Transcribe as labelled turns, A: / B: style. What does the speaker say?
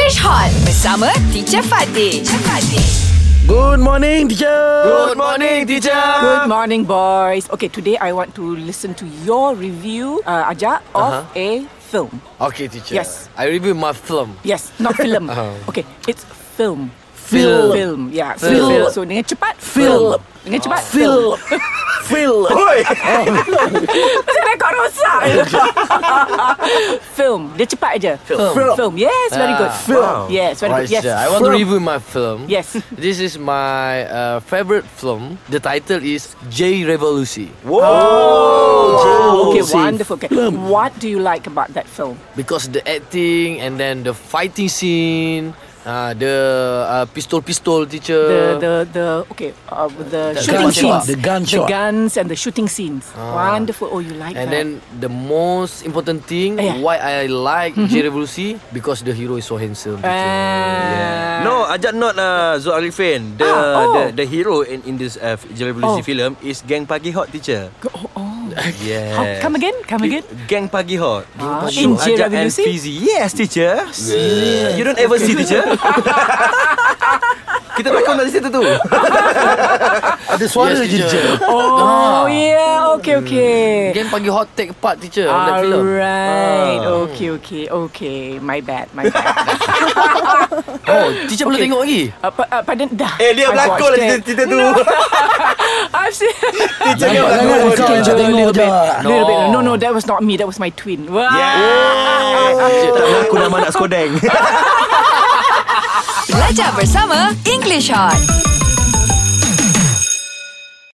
A: Fresh Hot bersama Teacher Fatih. Teacher Fatih.
B: Good morning, teacher.
C: Good morning, teacher.
D: Good morning, boys. Okay, today I want to listen to your review, uh, Aja, of a film.
C: Okay, teacher.
D: Yes.
C: I review my film.
D: Yes, not film. Okay, it's film.
C: Film.
D: Film, yeah. So,
C: Film.
D: film. So, dengan cepat,
B: Film.
D: film. Dengan cepat,
B: Phil. Phil. Oi.
D: Pasal rekod rosak. film. Dia cepat aja. Film.
B: Film.
D: Film. Yes, very good.
C: Ah.
B: Film.
D: Yes, very
C: Right,
D: good. Yes.
C: teacher. I want to
B: Film.
C: review my film.
D: Yes.
C: This is my uh, favorite film. The title is J Revolution
B: Whoa.
D: Oh, okay,
B: Joseph.
D: wonderful. Okay. What do you like about that film?
C: because the acting and then the fighting scene, uh, the uh, pistol pistol
D: the
C: teacher.
D: the the okay uh, the,
C: The
D: shooting
C: gunshot.
D: scenes,
B: The gunshot.
D: the guns and the shooting scenes. Wonderful. Oh, you like
C: and
D: that?
C: then the most important thing
D: Ah, Yeah. Mm-hmm.
C: why I like J Revolution because the hero is so handsome.
D: Ah.
C: teacher.
E: No, Ajak not uh, Zul Arifin. The,
D: Ah, oh.
E: the the hero in in this uh,
D: Oh.
E: Revolusi film is Gang Pagi Hot teacher.
D: Oh, oh.
E: Yes.
D: How, come again, come again.
E: Gang Pagi Hot.
D: Ah, in
E: Show Ajak and
D: JWC?
E: Fizi. Yes, teacher. You don't ever see, teacher. Kita berlakon dari situ tu.
D: Eh,
B: Ada suara
C: Yes,
B: je,
C: teacher.
B: teacher.
D: Oh, yeah. Okay, okay.
C: Again pagi hot take part teacher of that film.
D: Alright. Okay, okay, okay. My bad, my bad.
C: Oh, teacher belum
D: Okay.
C: tengok lagi.
D: uh, pa- uh, pardon, dah.
E: Eh, dia
D: I've
E: berlakon
D: watched
E: dari
D: that.
E: cerita tu.
D: I've seen.
E: Teacher
B: Jangan
E: berlakon.
B: kau je tengok je.
D: Little bit.
C: No.
D: No, no, that was not me. That was my twin. Wow.
E: Yeah. Tak berlakon nama anak Skodeng.
A: Belajar bersama English Hot.